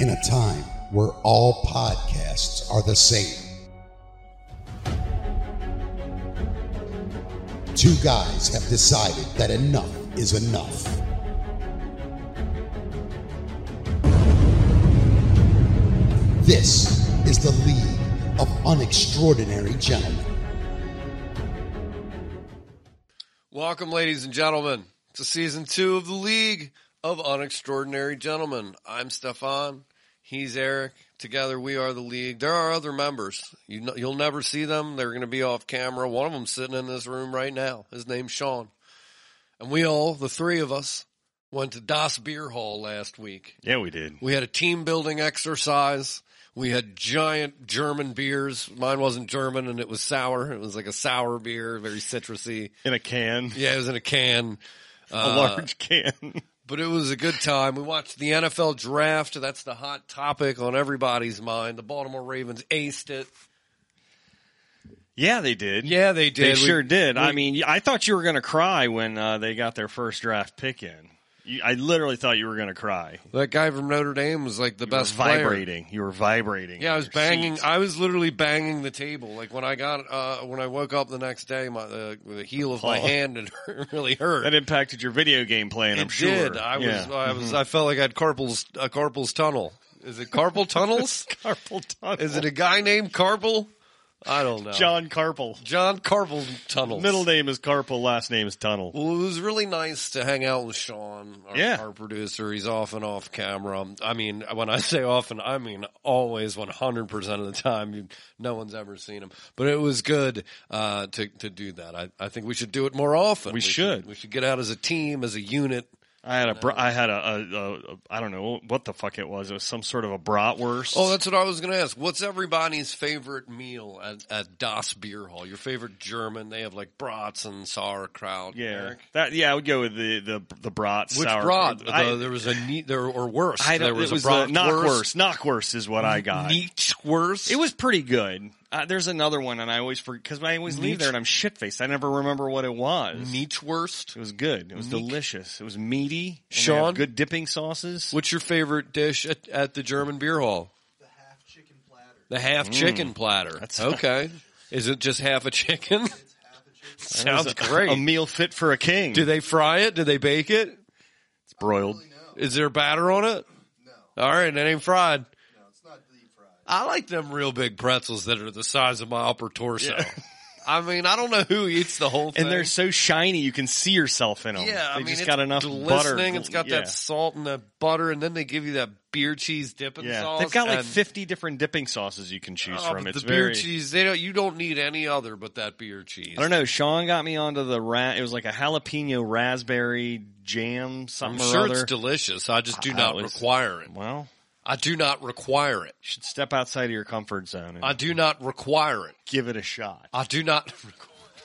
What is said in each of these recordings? in a time where all podcasts are the same. Two guys have decided that enough is enough. This is the League of Unextraordinary Gentlemen. Welcome, ladies and gentlemen, to season two of the League of Unextraordinary Gentlemen. I'm Stefan. He's Eric. Together, we are the league. There are other members. You know, you'll never see them. They're going to be off camera. One of them sitting in this room right now. His name's Sean. And we all, the three of us, went to Das Beer Hall last week. Yeah, we did. We had a team building exercise. We had giant German beers. Mine wasn't German and it was sour. It was like a sour beer, very citrusy. In a can, Yeah, it was in a can. Uh, a large can. But it was a good time. We watched the NFL draft. That's the hot topic on everybody's mind. The Baltimore Ravens aced it. yeah, they did. Yeah, they they did. We- sure did. I we- mean, I thought you were going to cry when uh, they got their first draft pick in. You, I literally thought you were going to cry. That guy from Notre Dame was like the You were best player. vibrating. You were vibrating. Yeah, I in was your banging. seat. I was literally banging the table. Like when I got uh, when I woke up the next day, my uh, the heel of my Oh. hand had really hurt. That impacted your video game playing. I'm it sure. did. I was. uh, Yeah. I was. I felt like I had carpal's a carpal's tunnel. Is it carpal tunnels? Carpal tunnel. Is it a guy named Carpal? I don't know. John Carpal? John Carpal tunnels. Middle name is Carpal. Last name is Tunnel. Well, it was really nice to hang out with Sean, our, Yeah. our producer. He's off and off camera. I mean, when I say often, I mean always 100% of the time. You, no one's ever seen him. But it was good uh, to, to do that. I, I think we should do it more often. We should. We should get out as a team, as a unit. I had a. Br- I had a, a, a, a. I don't know what the fuck it was. It was some sort of a bratwurst. Oh, that's what I was going to ask. What's everybody's favorite meal at, at Das Beer Hall? Your favorite German? They have like brats and sauerkraut. Yeah, Eric? that yeah, I would go with the the the brats. Which sour- brat? I, The- there was a neat, there or worse. I don't, there was it was uh, a brat not worse. Not worse is what I got. Neat worse. It was pretty good. Uh, there's another one, and I always forget because I always leave Neat. there and I'm shit faced. I never remember what it was. neat worst. It was good. It was delicious. It was meaty. and they have Sean? good dipping sauces. What's your favorite dish at, at the German beer hall? The Mm. half chicken platter. The half chicken platter. okay. Is it just half a chicken? Sounds It was a- great. A meal fit for a king. Do they fry it? Do they bake it? it's broiled. Is there batter on it? No. All right, it ain't fried. I like them real big pretzels that are the size of my upper torso. I mean, I don't know who eats the whole thing. And they're so shiny, you can see yourself in them. Yeah, they I mean, just it's got enough butter. glistening, It's got yeah. that salt and that butter, and then they give you that beer cheese dipping Yeah, sauce. they've got like and- 50 different dipping sauces you can choose Oh, from. but It's the beer very, cheese. They don't. You don't need any other but that beer cheese. I don't know. Sean got me onto the rat. It was like a jalapeno raspberry jam, I'm something or sure other. it's delicious. I just do I- I not was- require it. well, I do not require it. you should step outside of your comfort zone and I do not require it. give it a shot. I do not.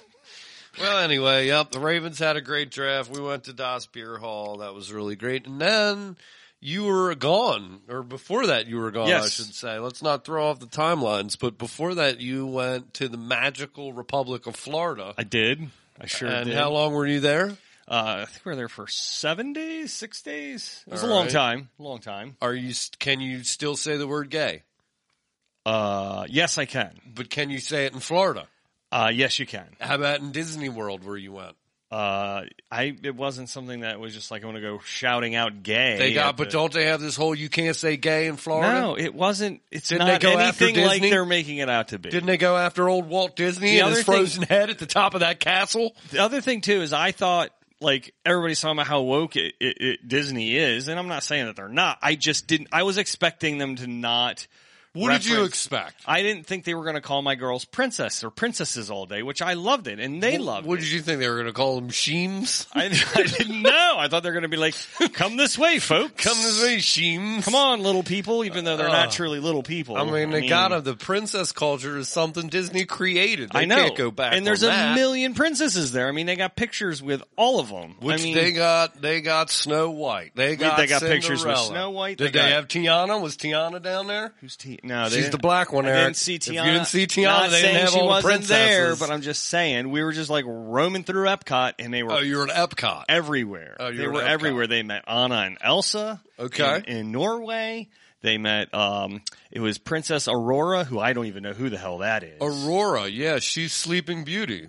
well, anyway, yep. The Ravens had a great draft. We went to Das Beer Hall. That was really great. And then you were gone, or before that, you were gone. I Yes. should say. Let's not throw off the timelines. But before that, you went to the magical Republic of Florida. I did. I sure and did. how long were you there? Uh, I think we were there for seven days, six days. It was All a long right. time. Long time. Are you? Can you still say the word gay? Uh, yes, I can. But can you say it in Florida? Uh, yes, you can. How about in Disney World where you went? Uh, I. It wasn't something that was just like I want to go shouting out gay. They got, at the- but don't they have this whole "you can't say gay" in Florida? No, it wasn't. It's Didn't not they go after anything like Disney? they're making it out to be. Didn't they go after old Walt Disney The and his other thing- frozen head at the top of that castle? the other thing too is I thought like everybody's talking about how woke it, it, it, Disney is, and I'm not saying that they're not. I just didn't. I was expecting them to not. What did you reference- expect? I didn't think they were going to call my girls princess or princesses all day, which I loved it, and they loved What it. did you think they were going to call them Sheems? I, I didn't know. I thought they were going to be like, "Come this way, folks. Come this way, Sheems. Come on, little people." Even though they're not truly little people. I mean, they gotta. The princess culture is something Disney created. They I know. can't go back. And there's on a that. million princesses there. I mean, they got pictures with all of them. Which I mean, they got, they got Snow White. They got, they got pictures with Cinderella. Snow White. Did they, They got- have Tiana? Was Tiana down there? who's T? No, they She's didn't- the black one, I Eric. didn't see If Tiana. you didn't see Tiana, Not they didn't saying have she all the wasn't there, princesses. but I'm just saying we were just like roaming through Epcot, and they were Oh, you're at Epcot. everywhere. Oh, you they were were at Epcot. everywhere. They met Anna and Elsa. Okay. In, in Norway, they met. Um, it was Princess Aurora, who I don't even know who the hell that is. Aurora, yeah, she's Sleeping Beauty.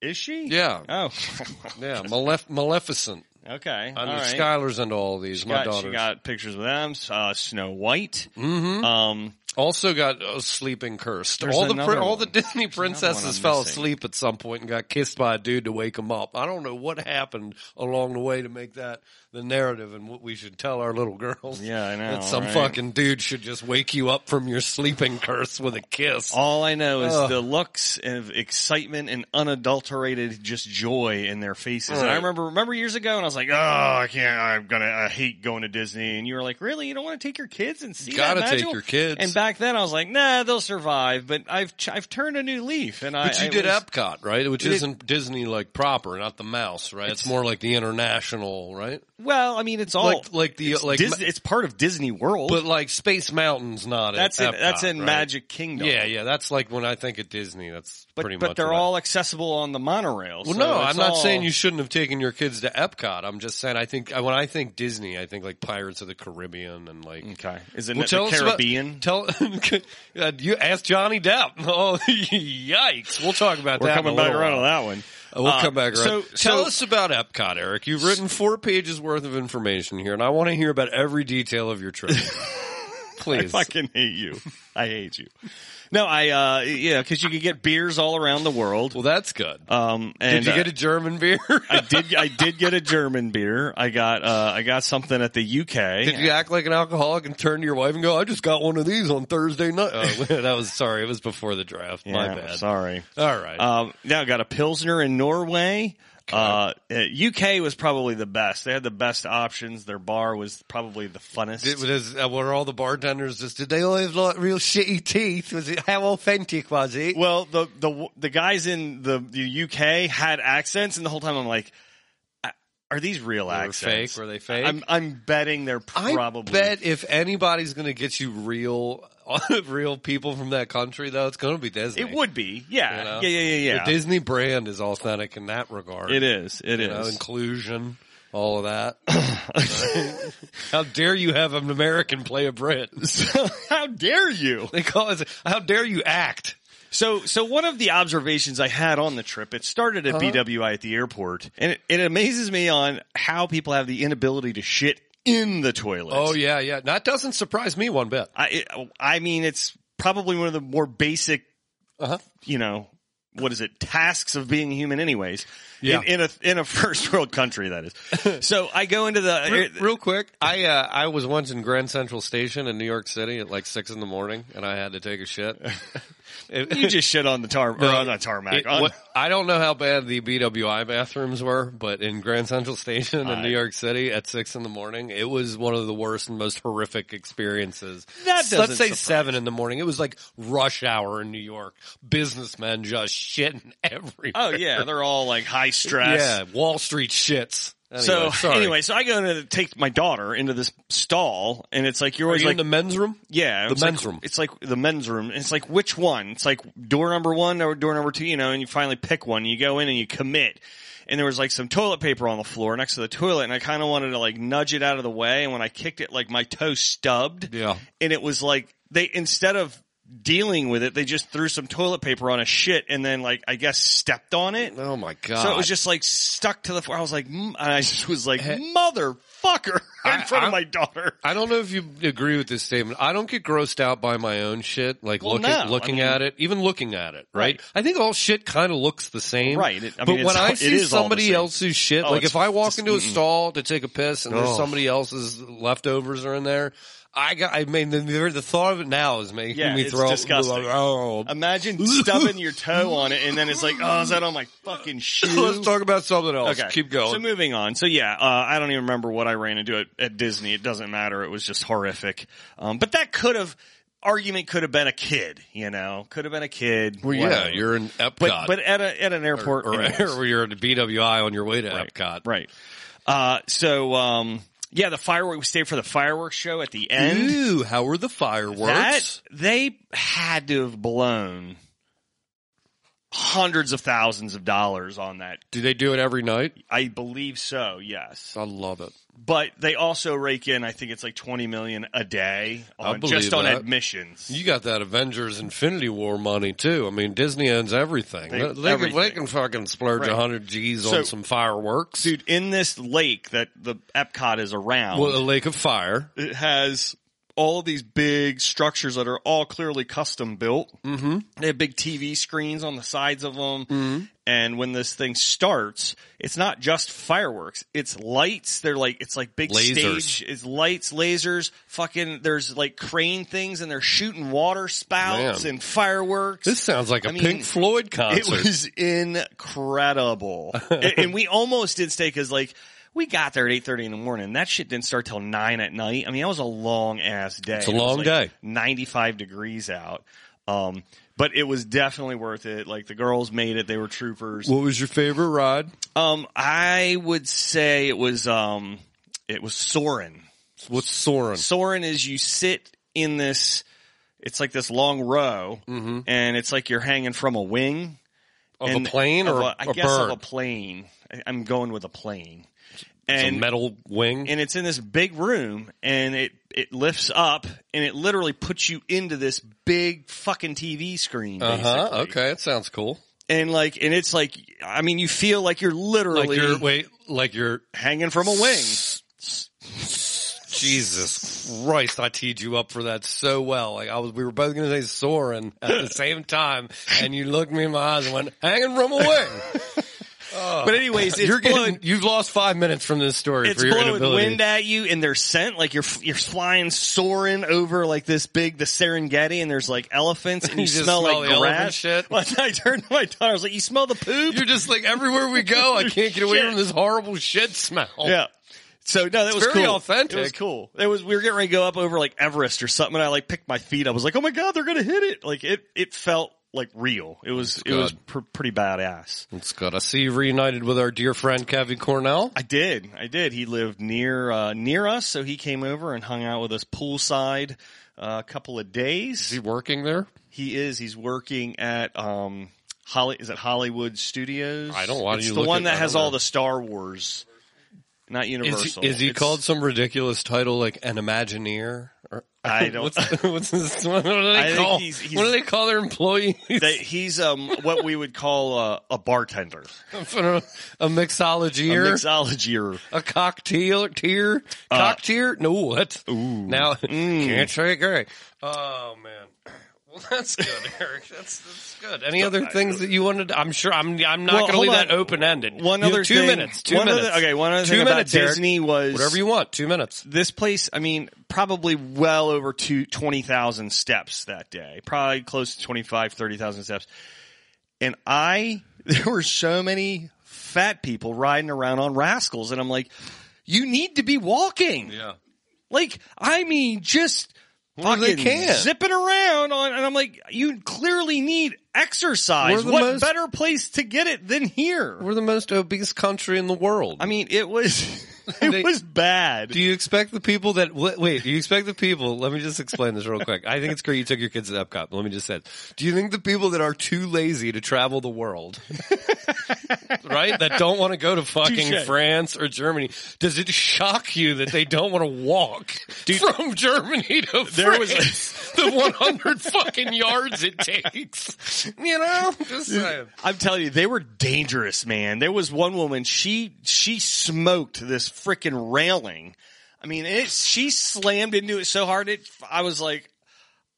is she? Yeah. Oh. Yeah, Malef- Maleficent. okay. I all mean, right. Skylar's into all these. She my got- daughter She got pictures with them. Uh, Snow White. Mm-hmm. Um, also got uh, sleeping cursed. There's all the another pri- all the one. Disney princesses I'm fell missing. asleep at some point and got kissed by a dude to wake them up. I don't know what happened along the way to make that the narrative and what we should tell our little girls. Yeah, I know, That some right? fucking dude should just wake you up from your sleeping curse with a kiss. all I know is Ugh. the looks of excitement and unadulterated just joy in their faces. And I Right. remember, remember years ago, and I was like, "Oh, I can't. I'm gonna. I hate going to Disney." And you were like, "Really? You don't want to take your kids and see? Gotta that take magical?" your kids. And back then, I was like, "Nah, they'll survive." But I've ch- I've turned a new leaf, and I. But you I did was- Epcot, right? Which It- is isn't Disney like proper, not the mouse, right? It's, more like the international, right? Well, I mean, it's all like like the like, Dis- it's part of Disney World. but like Space Mountain's not. that's in, at that's Epcot, in right? Magic Kingdom. Yeah, yeah, that's like when I think of Disney. That's But, pretty but much. they're what I- all accessible on the monorail. Well, so no, it's I'm not all- saying you shouldn't have taken your kids to Epcot. I'm just saying I think I- when I think Disney, I think like Pirates of the Caribbean and like. Okay, is it Well, the us about- Caribbean? tell uh, you ask Johnny Depp. Oh, yikes! We'll talk about We're that. in coming a back little around while. on that one. Uh, We'll Uh, come back around. So, Tell so- us about Epcot, Eric. You've written four pages worth of information here, and I want to hear about every detail of your trip. I Please. fucking hate you. I hate you. No, I uh yeah, because you could get beers all around the world. well, that's good. Um, and Did you uh, get a German beer? I did. I did get a German beer. I got. Uh, I got something at the UK. Did you act like an alcoholic and turn to your wife and go, "I just got one of these on Thursday night"? Oh, that was sorry. It was before the draft. Yeah, My bad. Sorry. All right. Um, now I got a pilsner in Norway. Uh, uh, UK was probably the best. They had the best options. Their bar was probably the funnest. Did- was- uh, were all the bartenders just? Did they all have like real shitty teeth? Was it how authentic was it? Well, the the the guys in the, the UK had accents, and the whole time I'm like, I- are these real They were accents? fake? Were they fake? I'm I'm betting they're I probably. bet if anybody's going to get you real, real people from that country, though, it's going to be Disney. it would be. Yeah, you know? yeah, yeah, yeah, The yeah. Disney brand is authentic in that regard. It is. It You know, is. inclusion, all of that. how dare you have an American play a Brit? How dare you? They call it. How dare you act? So, so one of the observations I had on the trip, it started at BWI at the airport, and it, it amazes me on how people have the inability to shit in the toilets. Oh yeah, yeah. That doesn't surprise me one bit. I, it, I mean, it's probably one of the more basic, Uh-huh. you know, what is it? Tasks of being human, anyways. Yeah. In, in a in a first world country, that is. so I go into the Real, real quick, I uh, I was once in Grand Central Station in New York City at like six in the morning, and I had to take a shit. It- you just shit on the tarmac or on the tarmac. Oh, it- on- what- I don't know how bad the BWI bathrooms were, but in Grand Central Station in I- New York City at six in the morning, it was one of the worst and most horrific experiences. That S- doesn't Let's say surprise seven in the morning. It was like rush hour in New York. Businessmen just shitting everywhere. oh yeah, they're all like high stress. Yeah, Wall Street shits. Anyway, So sorry. anyway, so I go to take my daughter into this stall, and it's like you're Are always you like in the men's room? Yeah, The it's men's like- room. It's like the men's room. It's like which one? It's like door number one or door number two, you know. And you finally pick one. You go in and you commit. And there was like some toilet paper on the floor next to the toilet, and I kind of wanted to like nudge it out of the way. And when I kicked it, like my toe stubbed. Yeah. And it was like they instead of dealing with it, they just threw some toilet paper on a shit, and then like I guess stepped on it. Oh my god! So it was just like stuck to the floor. I was like, mm, and I just was like, Hey. motherfucker, in I- I'm- front of my daughter. I don't know if you agree with this statement. I don't get grossed out by my own shit, like Well, looking no. looking I mean- at it, even looking at it. Right? Right. I think all shit kind of looks the same. Right. It- I but mean, it's when all- I it see is all the somebody same. else's shit, Oh, like it's if I walk just- into a mm-mm. stall to take a piss and there's Oh. somebody else's leftovers are in there, I got. I mean, the, the thought of it now is making Yeah, me it's throw. disgusting. Oh. Imagine stubbing your toe on it, and then it's like, oh, is that on my fucking shoe? Let's talk about something else. Keep going. So moving on. So yeah, uh, I don't even remember what I ran into at, at Disney. It doesn't matter. It was just horrific. Um, but that could have argument could have been a kid. You know, could have been a kid. well, yeah, whatever. you're in Epcot, But but at a at an airport or, anyways. or you're at a BWI on your way to right, Epcot. right? Uh, so um, Yeah, the firework. We stayed for the fireworks show at the end. Ooh, how were the fireworks? That they had to have blown hundreds of thousands of dollars on that. do they do it every night? I believe so. Yes, I love it. but they also rake in. I think it's like twenty million a day I on, believe just on that. admissions. You got that Avengers Infinity War money too. I mean, Disney owns everything. They- They, they Can, they everything. can fucking splurge a Right. hundred G's So- on some fireworks. Dude, in this lake that the Epcot is around, well, a lake of fire. it has all of these big structures that are all clearly custom built. Mm-hmm. They have big TV screens on the sides of them. And when this thing starts, it's not just fireworks. It's lights. They're like, it's like big Lasers. stage. It's lights, lasers, fucking, there's like crane things and they're shooting water spouts Man. and fireworks. This sounds like a I mean, Pink Floyd it concert. was incredible. and and we almost did stay cause like, we got there at eight thirty in the morning. That shit didn't start till nine at night. I mean, that was a long ass day. It's a It was, long like, day. 95 degrees out. Um, but it was definitely worth it. Like the girls made it. They were troopers. what was your favorite ride? Um, I would say it was, um, it was Soren. What's Soren? Soren is you sit in this, it's like this long row Mm-hmm. and it's like you're hanging from a wing Of and a plane of or a- a, I a guess bird? of a plane. I- I'm going with a plane. It's And a metal wing. and it's in this big room and it it lifts up and it literally puts you into this big fucking TV screen Uh basically. huh. Okay, that sounds cool. And like and it's like I mean you feel like you're Like literally you're wait, like you're hanging from a wing. Jesus Christ, I teed you up for that so well. Like I was, we were both going to say Soren at the same time, and you looked me in my eyes and went, "Hanging from a wing." But anyways, it's You're blowing getting, you've lost five minutes from this story it's for your blowing inability. wind at you and they're sent like you're f- you're flying soaring over like this big the Serengeti and there's like elephants and you, You just smell, smell like the elephant grass. shit. One time I turned to my daughter, I was like, "You smell the poop?" You're just like everywhere we go, I can't get away Shit. from this horrible shit smell. Yeah. So no, that was very cool. authentic. It was cool. It was we were getting ready to go up over like Everest or something, and I like picked my feet. I was like, oh my god, they're gonna hit it! Like it, it felt like real. It was it was pr- pretty badass. It's good. I see you reunited with our dear friend Kevin Cornell. I did, I did. He lived near uh, near us, so he came over and hung out with us poolside uh, a couple of days. Is he working there? He is. He's working at um Holly. Is it Hollywood Studios? I don't- why do It's you the look one at- I that don't has all know. the Star Wars, not Is Universal. he, is he It's- called some ridiculous title like an Imagineer? Or, I don't- What's, what's this, what do they I think call? he's- he's- what do they call their employees? That he's um what we would call uh, a bartender, a mixologier, a, a mixology, cocktail, tear, cocktear? No, what? Uh, Ooh. Mm. Now can't say great. Oh man. Well, that's good, Eric. That's, that's good. Any other things that you wanted? To, I'm sure. I'm. I'm not Well, going to leave hold that on. open ended. One other two thing- minutes. Two one other- minutes. okay, one other two thing about minutes, Eric. Disney was- whatever you want. Two minutes. This place, I mean, probably well over two twenty thousand steps that day, probably close to 25, 30,000 steps. And I, there were so many fat people riding around on rascals, and I'm like, you need to be walking. Yeah. Like, I mean, just they fucking can. zipping around on, and I'm like, you clearly need We're exercise. the What most- better place to get it than here? We're the most obese country in the world. I mean, it was, it They- was bad. Do you expect the people that wait, wait? Do you expect the people? Let me just explain this real quick. I think it's great you took your kids to Epcot. But let me just say, it. do you think the people that are too lazy to travel the world, right, that don't want to go to fucking Touche. France or Germany, does it shock you that they don't want to walk from Germany to There was France? a- the one hundred fucking yards it takes. You know, just saying. I'm telling you, they were dangerous, man. There was one woman, she, she smoked this freaking railing. I mean, it, she slammed into it so hard, it, I was like,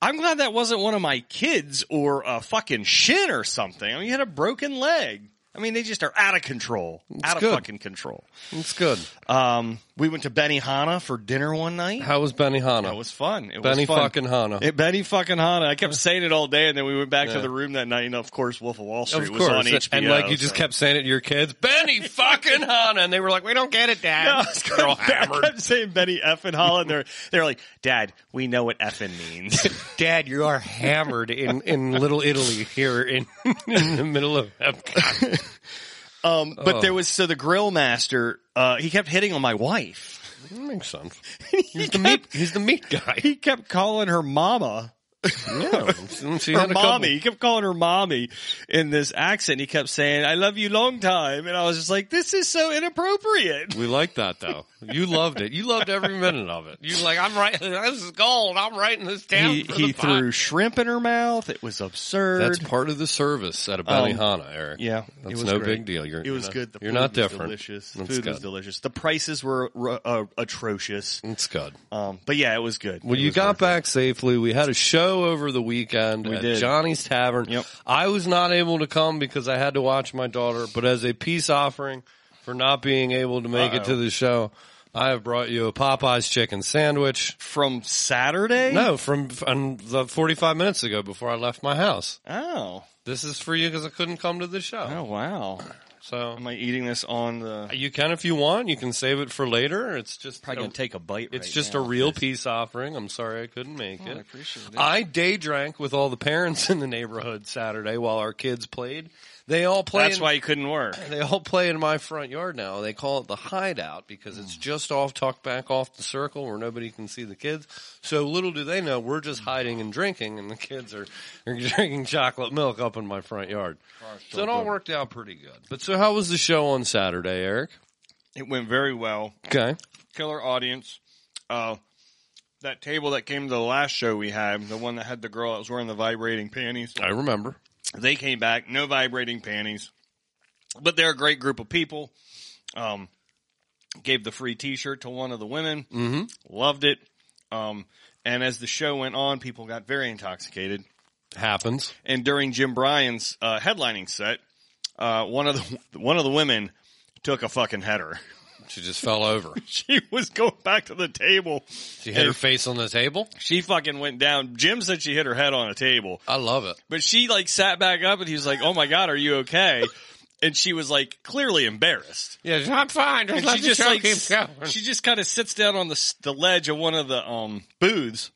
I'm glad that wasn't one of my kids or a fucking shin or something. I mean, you had a broken leg. I mean, they just are out of control, out good. of fucking control. it's good. Um, we went to Benihana for dinner one night. How was Benihana? It was fun. It Benny was fun. fucking Hana. It, Benny fucking Hana. I kept saying it all day, and then we went back Yeah. to the room that night, and of course, Wolf of Wall Street Of was on course, HBO. and like you just so- kept saying it to your kids, Benny fucking Hana, and they were like, "We don't get it, Dad." No, I was They're all going back. I hammered. kept saying Benny F and Holland. They're they're like, Dad, we know what effing means. Dad, you are hammered in in Little Italy here in in the middle of Epcot. Um, but there was so the grill master. Uh, he kept hitting on my wife. That makes sense. he, He's the kept, meat. He's the meat guy. he kept calling her mama. Yeah, she her had a couple. mommy. He kept calling her mommy in this accent. He kept saying, I love you long time. And I was just like, this is so inappropriate. We like that though. You loved it. You loved every minute of it. You like I'm writing this is gold. I'm writing this down. He, for he the pod- threw shrimp in her mouth. It was absurd. That's part of the service at a Benihana, Eric. yeah, it that's was no great. big deal. You're, It you're was not- good. The you're food not was different. Delicious. The That's food good. was delicious. The prices were ro- uh, atrocious. It's good. Um, but yeah, it was good. Well, It you was got worth it. back safely. We had a show over the weekend We at did. Johnny's Tavern. Yep. I was not able to come because I had to watch my daughter, but as a peace offering for not being able to make it Uh-oh. to the show, I have brought you a Popeye's chicken sandwich. from Saturday. No, from um, the 45 minutes ago before I left my house. Oh. This is for you because I couldn't come to the show. Oh wow. So Am I eating this on the? you can if you want. You can save it for later. It's just Probably a- gonna take a bite. it's right just now. a real peace offering. I'm sorry I couldn't make Oh, I it. appreciate it. I day drank with all the parents in the neighborhood Saturday while our kids played. They all play. That's in, why you couldn't work. they all play in my front yard now. They call it the hideout because Hmm. it's just off, tucked back off the circle where nobody can see the kids. So little do they know we're Hmm. just hiding and drinking, and the kids are, are drinking chocolate milk up in my front yard. So it all worked out pretty good. But so how was the show on Saturday, Eric? It went very well. Okay. Killer audience. Uh, that table that came to the last show we had, the one that had the girl that was wearing the vibrating panties. I remember. They came back, no vibrating panties, but they're a great group of people. Um, gave the free T-shirt to one of the women, mm-hmm. loved it. Um, and as the show went on, people got very intoxicated. Happens. And during Jim Bryan's uh, headlining set, uh, one of the one of the women took a fucking header. She just fell over. she was going back to the table. She hit her face on the table. She fucking went down. Jim said she hit her head on a table. I love it. But she like sat back up and he was like, "Oh my god, are you okay?" And she was like clearly embarrassed. Yeah, I'm fine. And she just like s- she just kind of sits down on the s- the ledge of one of the um booths,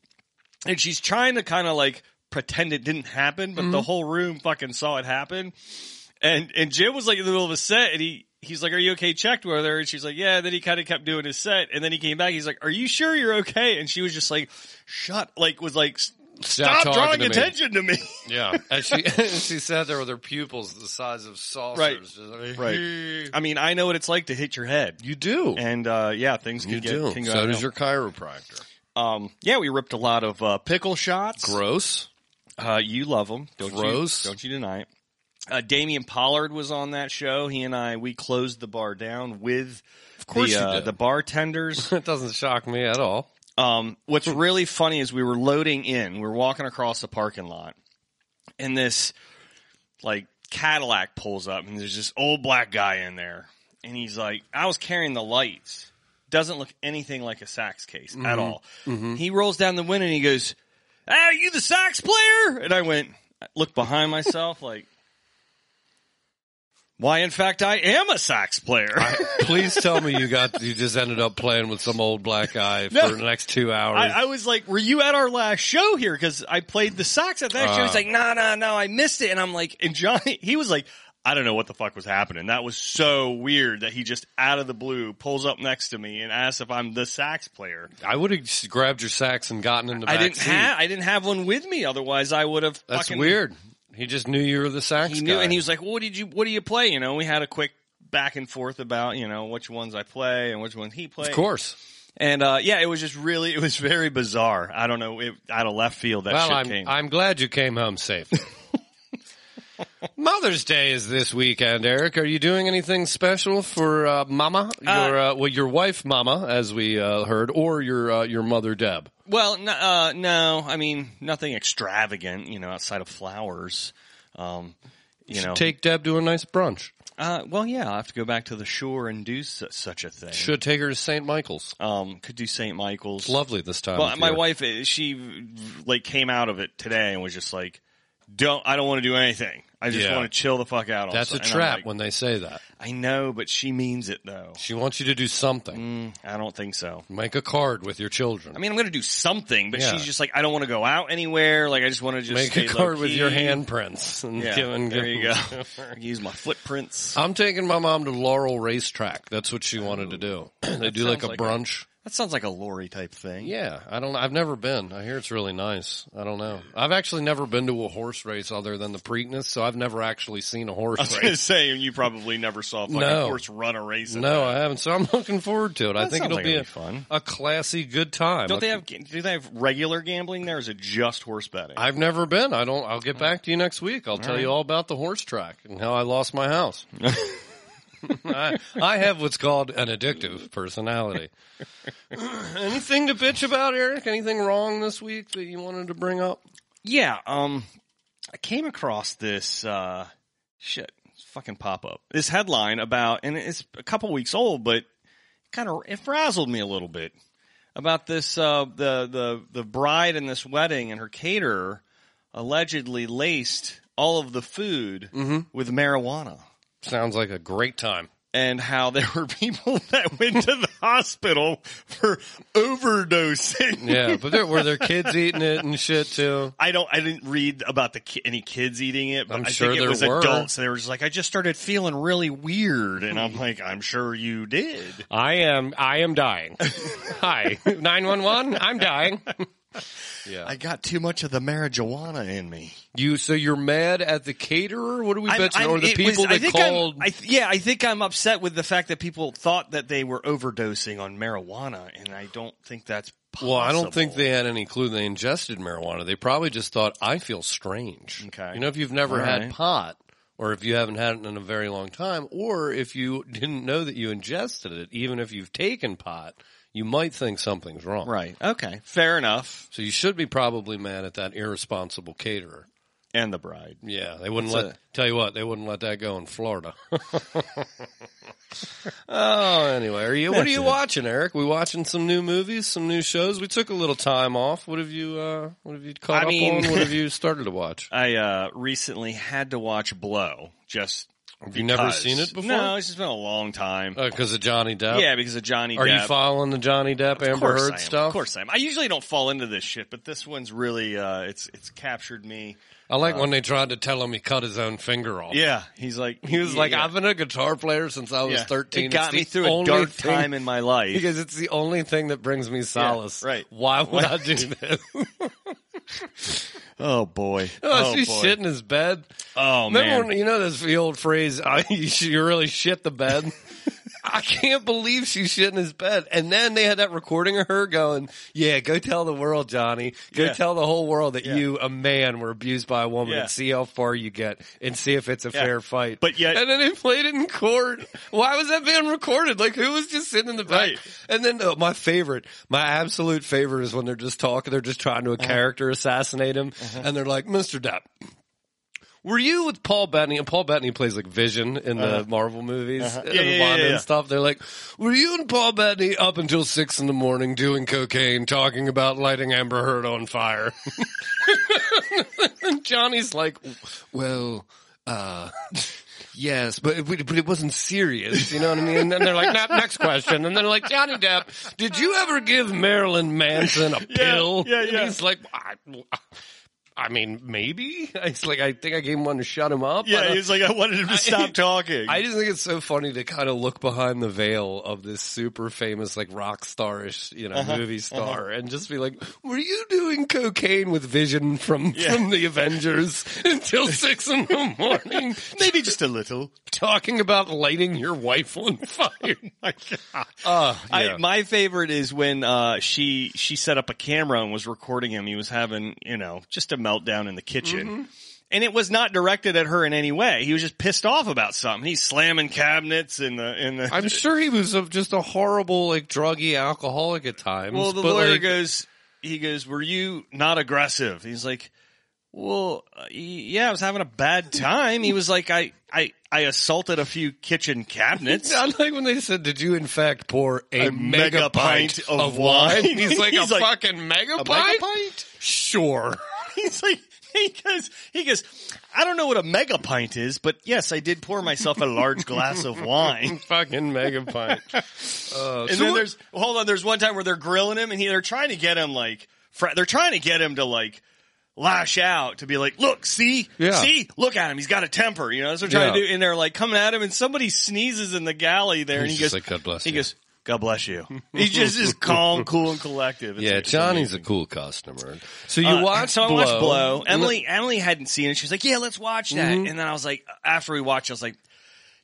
and she's trying to kind of like pretend it didn't happen, but Mm-hmm. the whole room fucking saw it happen. And and Jim was like in the middle of a set, and he he's like, "Are you okay?" Checked with her, and she's like, "Yeah." Then he kind of kept doing his set, and then he came back. He's like, "Are you sure you're okay?" And she was just like, "Shut!" Like was like, "S- Stop talking "Stop, to drawing me." attention to me." Yeah, and she she sat there with her pupils the size of saucers. Right. Just like, Right. I mean, I know what it's like to hit your head. You do. And uh, yeah, things can you get do. can go out So of does hand. your chiropractor. um, yeah, we ripped a lot of uh, pickle shots. Gross. Uh, you love them, don't Gross. you? Don't you deny it? Uh, Damian Pollard was on that show. He and I we closed the bar down with of course the, you uh, did. the bartenders. That doesn't shock me at all. Um, what's really funny is we were loading in. We were walking across the parking lot, and this like Cadillac pulls up, and there's this old black guy in there, and he's like, "I was carrying the lights. Doesn't look anything like a sax case at all." He rolls down the window and he goes, "Ah, are you the sax player?" And I went, I looked behind myself, like. Why, in fact, I am a sax player. Please tell me you got you just ended up playing with some old black guy for No. the next two hours. I, I was like, "Were you at our last show here?" Because I played the sax at that show. He's like, "No, no, no, I missed it." And I'm like, and Johnny, he was like, "I don't know what the fuck was happening. That was so weird that he just out of the blue pulls up next to me and asks if I'm the sax player." I, would have just grabbed your sax and gotten in the I back didn't seat. have I didn't have one with me. Otherwise, I would have. That's fucking, weird. He just knew you were the sax He knew, guy. and he was like, "What did you? What do you play?" You know, we had a quick back and forth about you know which ones I play and which ones he plays. of course. and uh, yeah, it was just really, it was very bizarre. I don't know, it, out of left field that Well, shit I'm, came. I'm glad you came home safe. Mother's Day is this weekend, Eric. Are you doing anything special for uh, Mama, your uh, well, your wife, Mama, as we uh, heard, or your uh, your mother, Deb? Well, no, uh, no, I mean nothing extravagant, you know, outside of flowers. Um, you know, Take Deb to a nice brunch. uh, well, yeah, I will have to go back to the shore and do su- such a thing. Should take her to St. Michael's. Um, could do St. Michael's. Lovely this time. well, of my year. wife, eh, she like came out of it today and was just like, "Don't, I don't want to do anything. I just Yeah. want to chill the fuck out." all That's a summer." And I'm trap like, when they say that. I know, but she means it though. She wants you to do something. Mm, I don't think so. Make a card with your children. I mean, I'm going to do something, but Yeah. she's just like, I don't want to go out anywhere. Like, I just want to just Make stay a card with low-key." your handprints. And Yeah, give, and there give- you go. Use my footprints. I'm taking my mom to Laurel Racetrack. That's what she wanted to do. they do like sounds a like a- brunch. That sounds like a lorry type thing. Yeah, I don't. I've never been. I hear it's really nice. I don't know. I've actually never been to a horse race other than the Preakness, so I've never actually seen a horse I was going to race. say, you probably never saw like, No. a horse run a race. in No, that. I haven't. So I'm looking forward to it. I That think sounds it'll like be, it'll a, be fun. a classy, good time. don't they have? Do they have regular gambling there? Or is it just horse betting? I've never been. I don't. I'll get back to you next week. I'll tell you Mm. all about the horse track and how I lost my house. I, I have what's called an addictive personality. Anything to bitch about, Eric? Anything wrong this week that you wanted to bring up? Yeah, um, I came across this uh, shit it's fucking pop up. This headline about, and it's a couple weeks old, but kind of it frazzled me a little bit about this uh, the the the bride in this wedding and her caterer allegedly laced all of the food with marijuana. Sounds like a great time. And how there were people that went to the hospital for overdosing. Yeah, but there, were there kids eating it and shit too? I don't. I didn't read about the ki- any kids eating it, but I'm I sure think there it was were. adults. They were just like, I just started feeling really weird, and I'm like, I'm sure you did. I am. I am dying. Hi, nine one one. I'm dying. Yeah. I got too much of the marijuana in me. you. So you're mad at the caterer? What are we I'm- bitching? I'm- Or the it was- people I that think I'm- called? I th- yeah, I think I'm upset with the fact that people thought that they were overdosing on marijuana, and I don't think that's. Possible. Well, I don't think they had any clue they ingested marijuana. They probably just thought, I feel strange. Okay. You know, if you've never All had right. pot, or if you haven't had it in a very long time, or if you didn't know that you ingested it, even if you've taken pot, you might think something's wrong. Right. Okay. Fair enough. So you should be probably mad at that irresponsible caterer. And the bride. Yeah, they wouldn't That's let. it. Tell you what, they wouldn't let that go in Florida. oh, anyway, are you? what are That's you it. watching, Eric? We watching some new movies, some new shows. We took a little time off. What have you? Uh, what have you caught I up mean- on? What have you started to watch? I uh, recently had to watch Blow. Just Have you never because- seen it before? No, it's just been a long time. because of Johnny Depp. Yeah, because of Johnny Are Depp. you following the Johnny Depp Of Amber course I Heard am. stuff? Of course I am. I usually don't fall into this shit, but this one's really uh, it's it's captured me. I like when they tried to tell him he cut his own finger off. Yeah, he's like He was like, yeah, "I've been a guitar player since I was yeah. 13. It got It's me the through a only dark thing- time in my life. because it's the only thing that brings me solace. right. Why would I do this? oh boy. oh, Oh, she boy. shit in his bed. Oh Remember man. when, you know this the old phrase, "I- you sh- you really shit the bed? I can't believe she shit in his bed. And then they had that recording of her going, yeah, go tell the world, Johnny. Go Yeah. tell the whole world that Yeah. you, a man, were abused by a woman Yeah. and see how far you get and see if it's a Yeah. fair fight. But yet- And then they played it in court. Why was that being recorded? Like who was just sitting in the back? Right. And then uh, my favorite, my absolute favorite is when they're just talking, they're just trying to a Uh-huh. character assassinate him and they're like, Mr. Depp, were you with Paul Bettany? And Paul Bettany plays like Vision in the Marvel movies and Uh-huh. Yeah, yeah, yeah, Wanda yeah, yeah. and stuff. They're like, were you and Paul Bettany up until six in the morning doing cocaine, talking about lighting Amber Heard on fire? and Johnny's like, well, uh, yes, but it, but it wasn't serious. You know what I mean? And then they're like, "Nah, next question. And they're like, Johnny Depp, did you ever give Marilyn Manson a pill? yeah, And yeah. he's like, I, I mean, maybe. It's like, I think I gave him one to shut him up. I yeah, don't- he was like, I wanted him to stop talking. I just think it's so funny to kind of look behind the veil of this super famous, like rock starish, you know, Uh-huh, movie star, and just be like, "Were you doing cocaine with Vision from Yeah. from the Avengers until six in the morning, Maybe just a little. talking about lighting your wife on fire?" Oh My God. Uh, I, my favorite is when uh, she she set up a camera and was recording him. He was having you know just a meltdown in the kitchen, Mm-hmm. and it was not directed at her in any way. He was just pissed off about something. He's slamming cabinets and the in the. I'm sure he was a, just a horrible, like druggy alcoholic at times. well, the but, lawyer like, goes. He goes, "Were you not aggressive?" He's like, "Well, uh, y- yeah, I was having a bad time." He was like, "I I I assaulted a few kitchen cabinets." I like when they said, "Did you in fact pour a, mega, pint, of, wine? wine? He's like, He's "A like, fucking mega "A mega pint? pint?" Sure. He's like, he goes, he goes, I don't know what a mega pint is, but yes, I did pour myself a large glass of wine. fucking mega pint. Uh, And then there's, hold on, there's one time where they're grilling him and he, they're trying to get him like, fra- they're trying to get him to like, lash out to be like, look, see, Yeah. see, look at him. He's got a temper. You know, that's what they're trying to Yeah. do. And they're like coming at him and somebody sneezes in the galley there and He's he goes, just like, "God bless he you." goes, God bless you. He's just is calm, cool, and collective. It's- Yeah, it's Johnny's a amazing. cool customer. So you Uh, watch so I Blow. watched Blow. Emily Emily hadn't seen it. She was like, "Yeah, let's watch that." Mm-hmm. And then I was like, after we watched, I was like,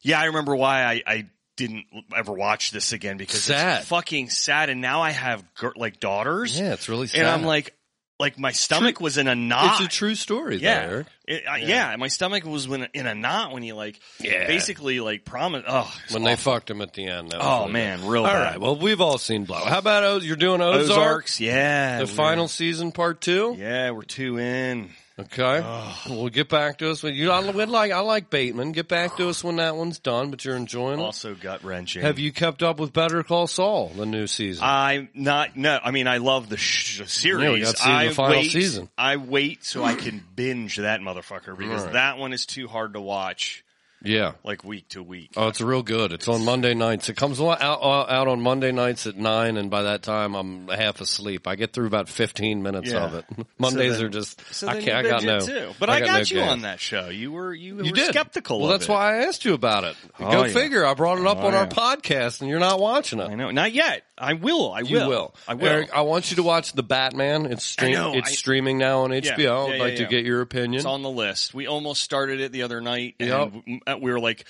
"Yeah, I remember why I, I didn't ever watch this again because Sad. it's fucking sad." And now I have gir- like daughters, Yeah, it's really sad. and I'm like, like my stomach was in a knot. it's a true story, yeah. though, Eric. It- I- yeah, my stomach was when, in a knot when you like, Yeah. basically like promise. Oh, it's When they awful. fucked him at the end. That was oh really man, bad. real All bad. right. Well, we've all seen Blow. How about O you're doing Ozark? Ozarks, yeah, the we're- final season, part two. Yeah, we're two in. Okay, we'll get back to us. When you, I would like I like Bateman. Get back to us when that one's done. But you're enjoying it. Also gut wrenching. Have you kept up with Better Call Saul, the new season? I'm not. No, I mean I love the sh- series. Yeah, we got season- I the final wait, season. I wait so I can binge that motherfucker because Right. that one is too hard to watch yeah. like week to week. Oh, it's real good. It's on Monday nights. It comes out, out out on Monday nights at nine, and by that time I'm half asleep. I get through about fifteen minutes Yeah. of it. Mondays then- are just so I then can't. you I got binge no. it too. But I got, no you gas. on that show. You were you, You were did skeptical. Well, of that's it. why I asked you about it. Oh, Go yeah. figure. I brought it up Oh, on our yeah. Oh, podcast, and you're not watching it. I know. Not yet. I will. I You will. I will. Eric, I want you to watch the Batman. It's stream. know, it's I- streaming now on HBO. I'd yeah, yeah, like to yeah. get your opinion. it's on the list. We almost started it the other night, and Yep. w- m- we were like,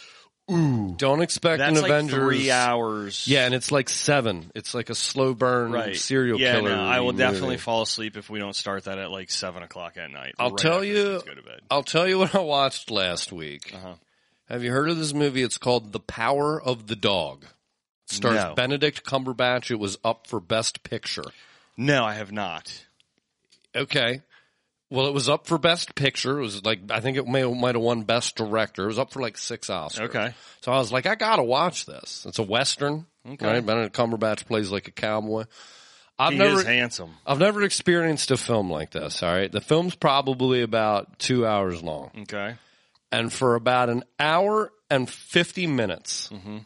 Don't expect "That's an like Avengers. three hours." Yeah, and it's like seven. It's like a slow burn right. serial yeah, killer. no, I will movie. definitely fall asleep if we don't start that at like seven o'clock at night. I'll right tell after you- the kids Go to bed. I'll tell you what I watched last week. Uh-huh. Have you heard of this movie? It's called The Power of the Dog. It stars No. Benedict Cumberbatch. It was up for Best Picture. No, I have not. Okay. Well, it was up for Best Picture. It was like I think it may might have won Best Director. It was up for like six Oscars. Okay. So I was like, I gotta watch this. It's a western. Okay. Right? Benedict Cumberbatch plays like a cowboy. I've he never is handsome. I've never experienced a film like this. All right, the film's probably about two hours long. Okay. and for about an hour and 50 minutes, Mm-hmm.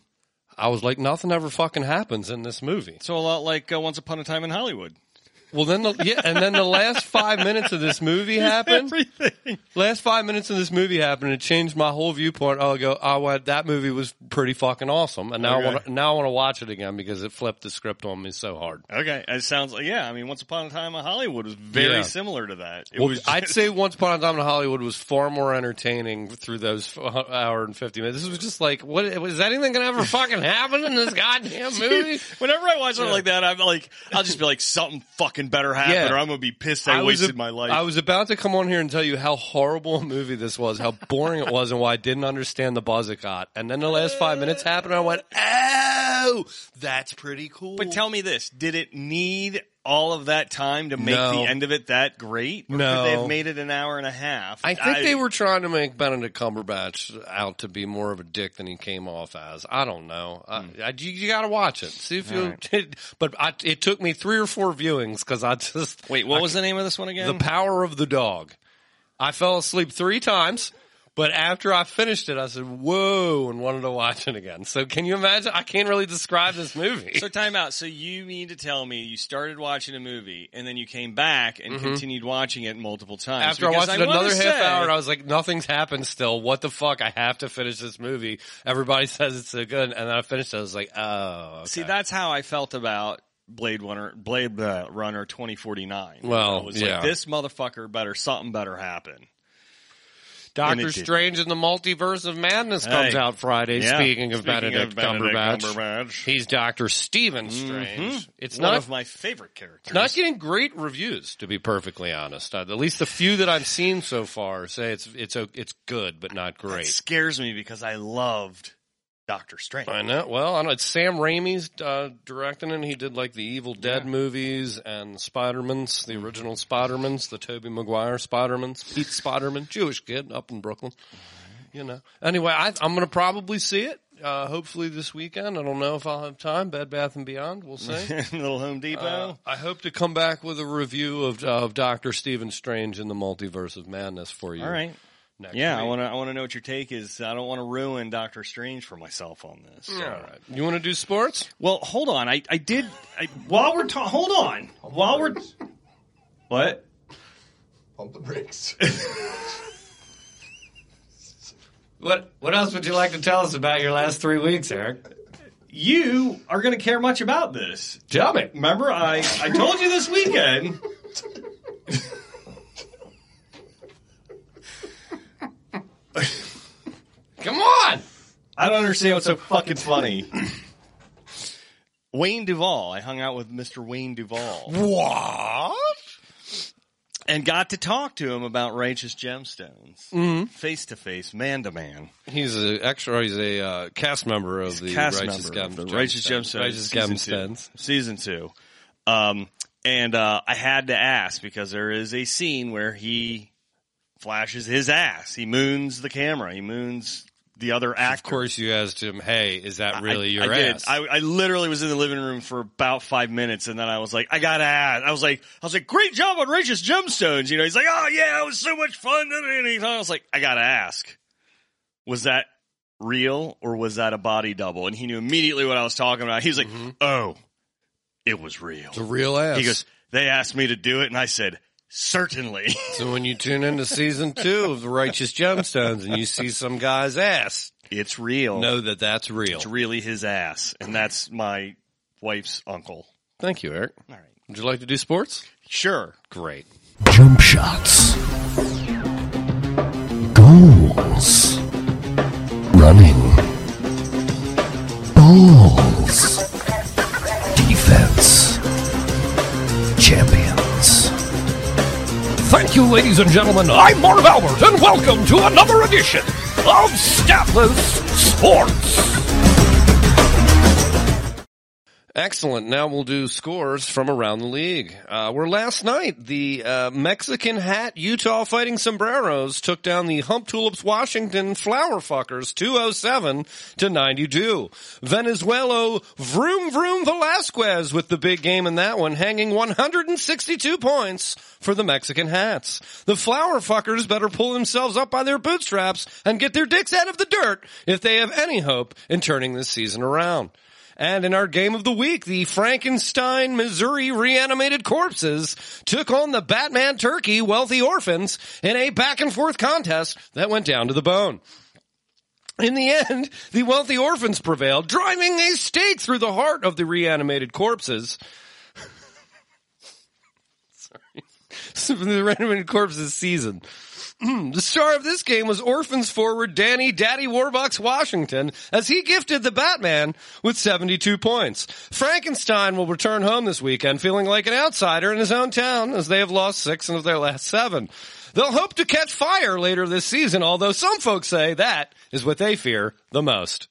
I was like, nothing ever fucking happens in this movie. So a lot like uh, Once Upon a Time in Hollywood. Well, then, the, yeah, and then the last five minutes of this movie happened. Everything. Last five minutes of this movie happened. It changed my whole viewpoint. I go, oh, well, that movie was pretty fucking awesome, and now I Okay. want to now I want to watch it again because it flipped the script on me so hard. Okay. It sounds like yeah. I mean, Once Upon a Time in Hollywood was very Yeah. similar to that. It Well, was. I'd just- say Once Upon a Time in Hollywood was far more entertaining through those f- uh, hour and fifty minutes. This was just like, what is anything gonna ever fucking happen in this goddamn movie? Whenever I watch something like that, I'm like, I'll just be like, something fucking better happened, Yeah. or I'm gonna be pissed. I, was wasted ab- my life. I was about to come on here and tell you how horrible a movie this was, how boring it was, and why I didn't understand the buzz it got. And then the last five minutes happened, and I went, "Oh, that's pretty cool." but tell me this: Did it need all of that time to make No. the end of it that great? Or No. Could they have made it an hour and a half. I think they were trying to make Benedict Cumberbatch out to be more of a dick than he came off as. I don't know. I, Hmm. I- you got to watch it. See if you. but I, it took me three or four viewings because I just Wait, what was the name of this one again? the power of the dog. I fell asleep three times, but after I finished it, I said, whoa, and wanted to watch it again. So can you imagine? I can't really describe this movie. So time out. So you mean to tell me you started watching a movie and then you came back and continued watching it multiple times? Mm-hmm. after I Because watched it wanna another half say- hour, and I was like, nothing's happened still. What the fuck? I have to finish this movie. Everybody says it's so good. And then I finished it. I was like, oh. okay. see, that's how I felt about Blade Runner, Blade uh, Runner twenty forty nine. Well, I was yeah. like, this motherfucker better something better happen. and it Doctor didn't. Strange and the Multiverse of Madness comes Hey. out Friday. Yeah. Speaking of Benedict, Benedict Cumberbatch, Mm-hmm. Cumberbatch, he's Doctor Stephen Strange. It's one not of my favorite characters. Not getting great reviews, to be perfectly honest. Uh, at least the few that I've seen so far say it's it's o- it's good, but not It great. scares me because I loved Doctor Strange. I know. Well, I know it's Sam Raimi's uh, directing it. He did like the Evil Dead movies and Spidermans, the original Spidermans, the Toby Maguire Spidermans, Pete Spiderman, Jewish kid up in Brooklyn. You know. Anyway, I, I'm going to probably see it. Uh, hopefully this weekend. I don't know if I'll have time. Bed Bath and Beyond. We'll see. Little Home Depot. Uh, I hope to come back with a review of of Doctor Stephen Strange in the Multiverse of Madness for you. All right. next Yeah, I week. want to. I want to know what your take is. I don't want to ruin Doctor Strange for myself on this. so. All right. You want to do sports? Well, hold on. I I did. I, while we're ta- hold on. While we're what? Pump the brakes. What What else would you like to tell us about your last three weeks, Eric? you are going to care much about this. Tell me. Remember, I, I told you this weekend. Come on. I don't understand what's so fucking funny. Wayne Duvall. I hung out with Mr. Wayne Duvall. What? and got to talk to him about righteous gemstones face to face man to man He's a extra. He's a uh, cast member of the cast Righteous member of the Gemstones. righteous gemstones Righteous season Gemstones. two, season two. um and uh i had to ask because there is a scene where he flashes his ass he moons the camera he moons the other Of actor course, you asked him, "Hey, is that really I, your I ass?" Did. I, I literally was in the living room for about five minutes, and then I was like, "I gotta ask." I was like, "I was like, great job on Righteous Gemstones." You know, he's like, "Oh yeah, it was so much fun." And he- I was like, "I gotta ask, was that real or was that a body double?" And he knew immediately what I was talking about. He was like, "Oh, it was real." Mm-hmm. it's a real ass. He goes, "They asked me to do it," and I said, "Certainly." So when you tune into season two of the Righteous Gemstones and you see some guy's ass, it's real. know that that's real. it's really his ass, and that's my wife's uncle. Thank you, Eric. All right, Would you like to do sports? sure. Great. Jump shots. Goals. Running. Balls. Defense. Champions. Thank you, ladies and gentlemen. I'm Marv Albert, and welcome to another edition of Stapless Sports. Excellent. Now we'll do scores from around the league. Uh, where last night the uh, Mexican hat Utah Fighting Sombreros took down the Hump Tulips Washington Flower Fuckers 207 to 92. Venezuela Vroom Vroom Velasquez with the big game in that one, hanging 162 points for the Mexican hats. The Flower Fuckers better pull themselves up by their bootstraps and get their dicks out of the dirt if they have any hope in turning this season around. And in our game of the week, the Frankenstein, Missouri reanimated corpses took on the Batman Turkey wealthy orphans in a back and forth contest that went down to the bone. In the end, the wealthy orphans prevailed, driving a stake through the heart of the reanimated corpses. Sorry. the reanimated corpses season. Hmm, The star of this game was Orphans forward Danny Daddy Warbucks Washington as he gifted the Batman with 72 points. Frankenstein will return home this weekend feeling like an outsider in his own town as they have lost six of their last seven. They'll hope to catch fire later this season, although some folks say that is what they fear the most.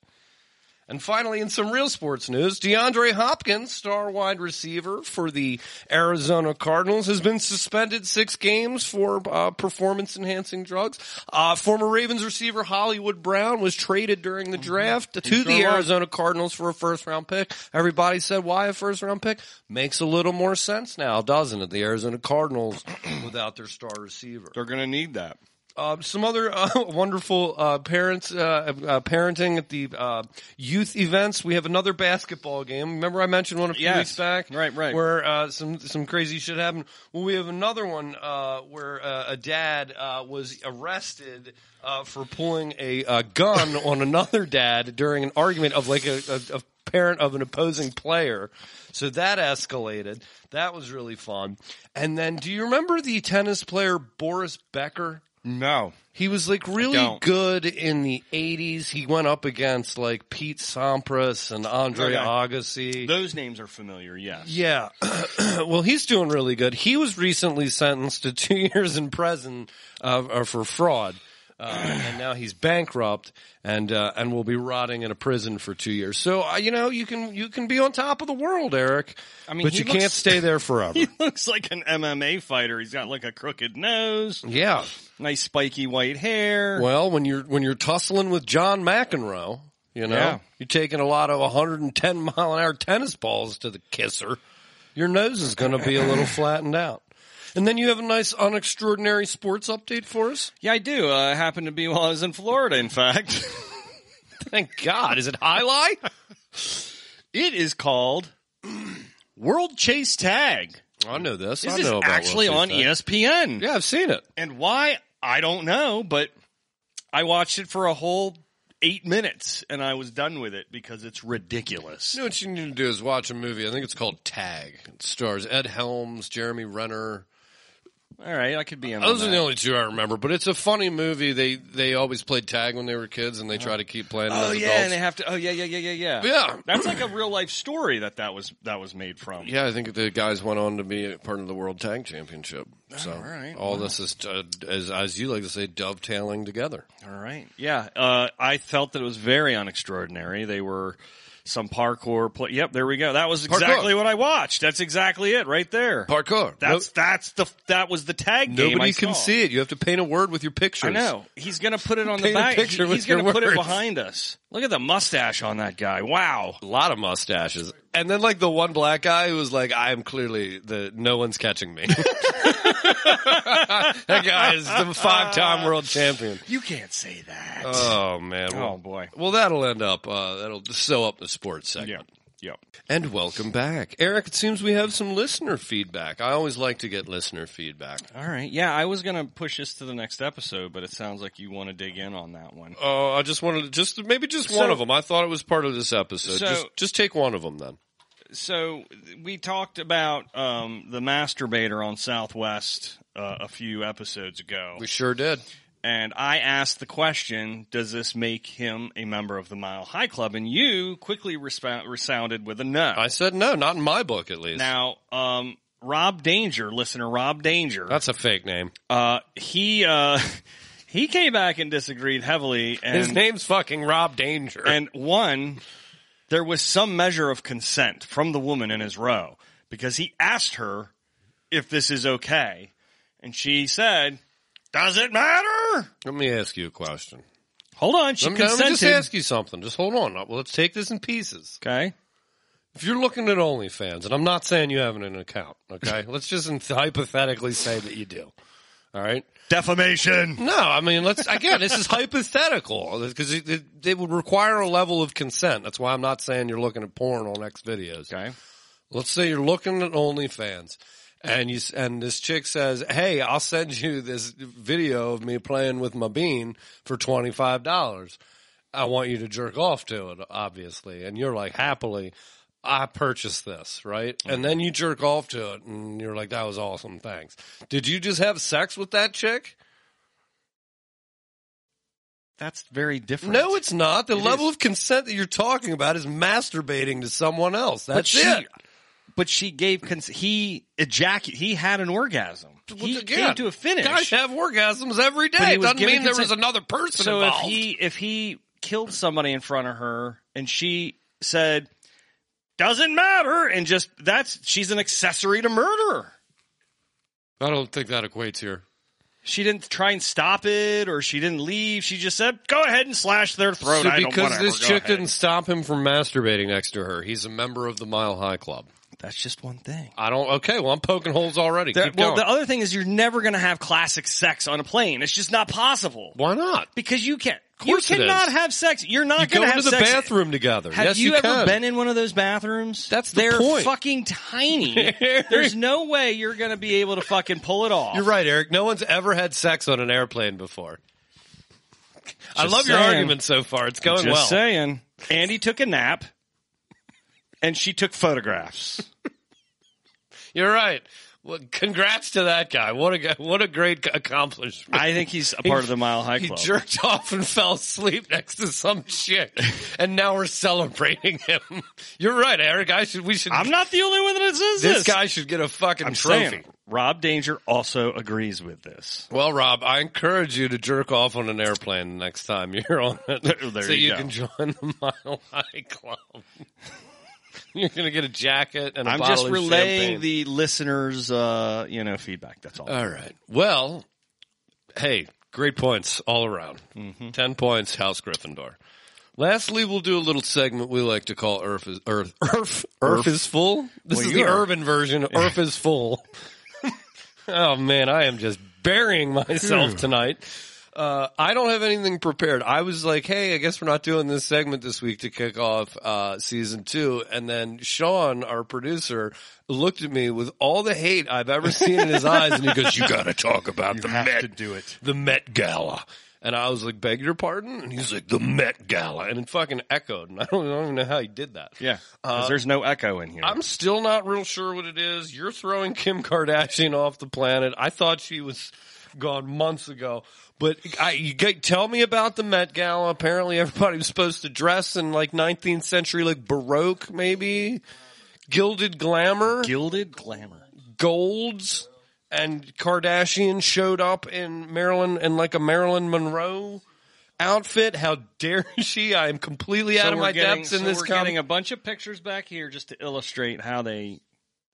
And finally, in some real sports news, DeAndre Hopkins, star wide receiver for the Arizona Cardinals, has been suspended six games for uh, performance enhancing drugs. Uh, former Ravens receiver Hollywood Brown was traded during the draft to the Arizona Cardinals for a first round pick. Everybody said, why a first round pick? Makes a little more sense now, doesn't it? The Arizona Cardinals without their star receiver. They're gonna need that. Um, some other uh, wonderful uh, parents uh, uh, parenting at the uh, youth events. We have another basketball game. Remember, I mentioned one a few Yes. weeks back, Right, right. where uh, some some crazy shit happened. Well, we have another one uh, where uh, a dad uh, was arrested uh, for pulling a uh, gun on another dad during an argument of like a, a, a parent of an opposing player. So that escalated. That was really fun. And then, do you remember the tennis player Boris Becker? No. He was like really don't. good in the '80s. He went up against like Pete Sampras and Andre Okay. Agassi. Those names are familiar, yes. yeah, well, he's doing really good. He was recently sentenced to two years in prison uh, uh, for fraud, uh, and now he's bankrupt and uh, and will be rotting in a prison for two years. So uh, you know you can you can be on top of the world, Eric. I mean, but he you looks- can't stay there forever. He looks like an MMA fighter. He's got like a crooked nose, yeah. nice spiky white hair. Well, when you're when you're tussling with John McEnroe, you know, Yeah. you're taking a lot of 110 mile an hour tennis balls to the kisser. Your nose is going to be a little flattened out. And then you have a nice unextraordinary sports update for us. Yeah, I do. Uh, it happened to be while I was in Florida, in fact. Thank God. Is it highlight? it is called World Chase Tag. I know this. I This know is about actually World on E Series. ESPN. Yeah, I've seen it. And why? I don't know, but I watched it for a whole eight minutes, and I was done with it because it's ridiculous. You know what you need to do is watch a movie. I think it's called Tag. It stars Ed Helms, Jeremy Renner. All right, I could be in. on Those are that. the only two I remember. But it's a funny movie. They they always played tag when they were kids, and they try to keep playing it Oh as yeah, adults. and they have to. Oh yeah, yeah, yeah, yeah, yeah. Yeah. that's like a real life story that that was that was made from. yeah, I think the guys went on to be a part of the World Tag Championship. So all right. all this is uh, as as you like to say dovetailing together. All right. Yeah. Uh, I felt that it was very unextraordinary. They were some parkour play. Yep. There we go. That was exactly what I watched. That's exactly it right there. Parkour. that's that's the that was the tag No- game. nobody I can saw. see it. You have to paint a word with your pictures. I know. He's gonna put it on the Paint a back. picture He- with He's gonna your put it words. behind us. Look at the mustache on that guy. Wow. A lot of mustaches, and then like the one black guy who was like, "I am clearly the no one's catching me." that guy is the five time world champion. You can't say that. Oh man. oh boy. Well, that'll end up. Uh, that'll sew up the sports segment. Yeah. And welcome back, Eric. It seems we have some listener feedback. I always like to get listener feedback. All right. Yeah, I was gonna push this to the next episode, but it sounds like you want to dig in on that one. Oh, I just wanted to just maybe just one So- of them. I thought it was part of this episode. So- just just take one of them then. so we talked about um, the masturbator on Southwest uh, a few episodes ago, We sure did. and I asked the question, "Does this make him a member of the Mile High Club?" And you quickly respo- resounded with a no. I said no, not in my book at least. now, um, Rob Danger, listener Rob Danger, That's a fake name. uh, he uh, he came back and disagreed heavily, and His name's fucking Rob Danger. And one, there was some measure of consent from the woman in his row because he asked her if this is okay. And she said, Does it matter? let me ask you a question. Hold on. She Let me, let me consented. just ask you something. Just hold on. Well, Let's take this in pieces. okay. If you're looking at OnlyFans, and I'm not saying you have an account, okay? let's just hypothetically say that you do. All right. Defamation. No, I mean, let's again. This is hypothetical because it, it, it would require a level of consent. That's why I'm not saying you're looking at porn on X videos. Okay. Let's say you're looking at OnlyFans, and you s- and this chick says, "Hey, I'll send you this video of me playing with my bean for twenty five dollars. I want you to jerk off to it, obviously." And you're like, happily. I purchased this, right? And then you jerk off to it and you're like, that was awesome. Thanks. Did you just have sex with that chick? That's very different. No, it's not. The It level is. of consent that you're talking about is masturbating to someone else. but That's she, it. But she gave consent. He ejaculated. He had an orgasm. he Well, came to a finish. Guys have orgasms every But day. he It was doesn't given mean there was consent. another person so involved. if he if he killed somebody in front of her and she said doesn't matter and just that's she's an accessory to murder I don't think that equates here. she didn't try and stop it or she didn't leave she just said go ahead and slash their throat so I don't, because whatever, this go chick ahead." didn't stop him from masturbating next to her, he's a member of the Mile High Club. that's just one thing I don't. Okay, well I'm poking holes already. There- Keep well going. the other thing is you're never going to have classic sex on a plane it's just not possible Why not? because you can't you course it cannot is. have sex you're not You going go to into have the sex bathroom together. Have yes, you, ever can. been in one of those bathrooms? That's the They're point. fucking tiny. There's no way you're going to be able to fucking pull it off. You're right, Eric. No one's ever had sex on an airplane before. I Just love your saying. argument so far. It's going Just well. saying. Andy took a nap and she took photographs. You're right. Well, congrats to that guy. What a guy- what a great accomplishment. I think he's a part of the Mile High he Club. jerked off and fell asleep next to some shit, and now we're celebrating him. You're right, Eric. I should. We should. I'm not the only one that this says this. guy should get a fucking I'm trophy. saying, Rob Danger also agrees with this. Well, Rob, I encourage you to jerk off on an airplane next time you're on it, there so you you, go. can join the Mile High Club. you're gonna get a jacket and a I'm bottle just of relaying champagne. the listeners, uh, you know, feedback. That's all. All right. Well, hey, great points all around. Mm-hmm. 10 points, House Gryffindor. Lastly, we'll do a little segment we like to call Earth is Earth Earth Earth is full. This Well, is the you are. urban version. of Earth is full. oh man, I am just burying Hmm. myself tonight. Uh, I don't have anything prepared. I was like, hey, I guess we're not doing this segment this week to kick off uh, season two. And then Sean, our producer, looked at me with all the hate I've ever seen in his eyes, and he goes, "You got to talk about the Met, do it. the Met Gala." And I was like, beg your pardon? And he's like, the Met Gala. And it fucking echoed. And I don't, I don't even know how he did that. Yeah, because Uh, there's no echo in here. I'm still not real sure what it is. You're throwing Kim Kardashian off the planet. I thought she was gone months ago. But I, you get, tell me about the Met Gala. Apparently, everybody was supposed to dress in like 19th century, like Baroque, maybe gilded glamour, Gilded glamour. golds, and Kardashian showed up in Marilyn in like a Marilyn Monroe outfit. How dare she? I am completely out of we're my getting, depths in so this. we're com- getting a bunch of pictures back here just to illustrate how they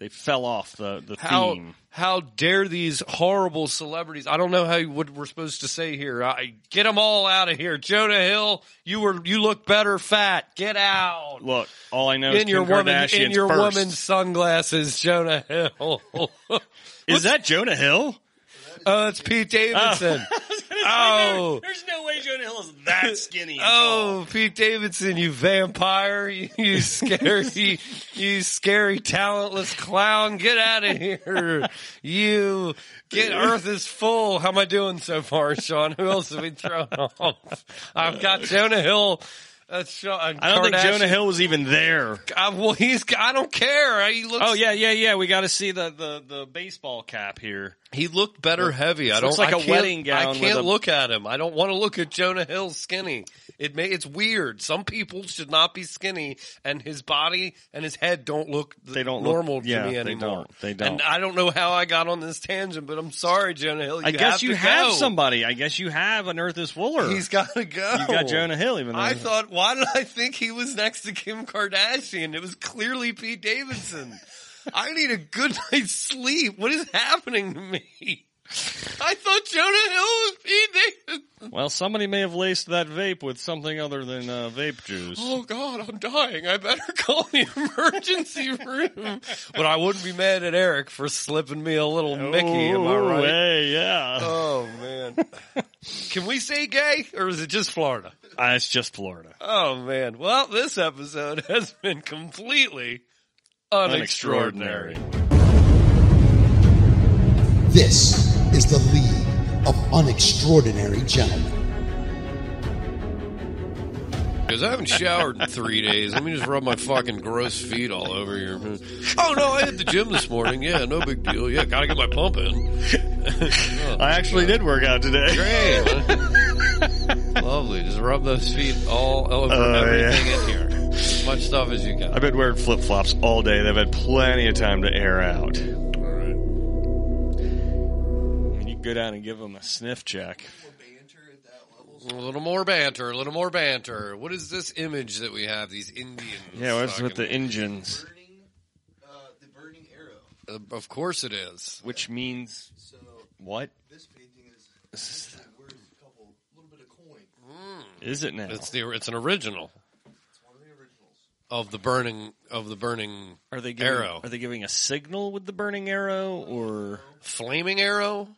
they fell off the the how theme. how dare these horrible celebrities? I don't know how you- what we're supposed to say here. I get them all out of here. Jonah Hill, you were you look better fat. Get out Look, all I know is in your Kim woman Kardashian's in your first. woman's sunglasses. Jonah Hill. Is that Jonah Hill? oh, it's Pete Davidson. Oh. there's no way Jonah Hill is that skinny. Oh, Pete Davidson, you vampire, you, you scary, you scary, talentless clown. Get out of here. You get Earth is full. How am I doing so far, Sean? Who else have we thrown off? I've got Jonah Hill. That's Sean. I don't think Jonah Hill was even there. I, well, he's. I don't care. He looks. Oh yeah, yeah, yeah. We got to see the, the the baseball cap here. he looked better heavy. I don't. looks like I a can't- wedding gown I with can't a- look at him. I don't want to look at Jonah Hill skinny. It may. It's weird. Some people should not be skinny, and his body and his head don't look. th- They don't look- normal to yeah, me they anymore. don't. They don't. And I don't know how I got on this tangent, but I'm sorry, Jonah Hill. You I guess have you to have go. somebody. I guess you have an Earth is Fuller. He's You got to go. got Jonah Hill, even though I thought, why did I think he was next to Kim Kardashian? It was clearly Pete Davidson. I need a good night's sleep. What is happening to me? I thought Jonah Hill was Pete Davidson. Well, somebody may have laced that vape with something other than uh, vape juice. Oh God, I'm dying. I better call the emergency room. But I wouldn't be mad at Eric for slipping me a little Mickey. Am I Ooh, right? hey, yeah. Oh man. Can we say gay or is it just Florida? Uh, it's just Florida. Oh man. Well, this episode has been completely unextraordinary. This is the League of Unextraordinary Gentlemen. Because I haven't showered in three days. Let me just rub my fucking gross feet all over here. Oh no, I hit the gym this morning. Yeah, no big deal. Yeah, gotta get my pump in. I actually did work out today. Great. Lovely. Just rub those feet all over Oh, yeah. everything in here. As much stuff as you I've got. been wearing flip flops all day. They've had plenty of time to air out. All right. And you go down and give them a sniff check. A little more banter. A little more banter. What is this image that we have? These Indians. Yeah, what's with the fucking- engines? burning, uh, the burning arrow. Uh, of course it is. Which means So what this painting is This actually worth a couple, little bit of coin. is it now? It's the it's an original It's one of the originals. of the burning of the burning Are they giving, arrow. Are they giving a signal with the burning arrow or? flaming arrow.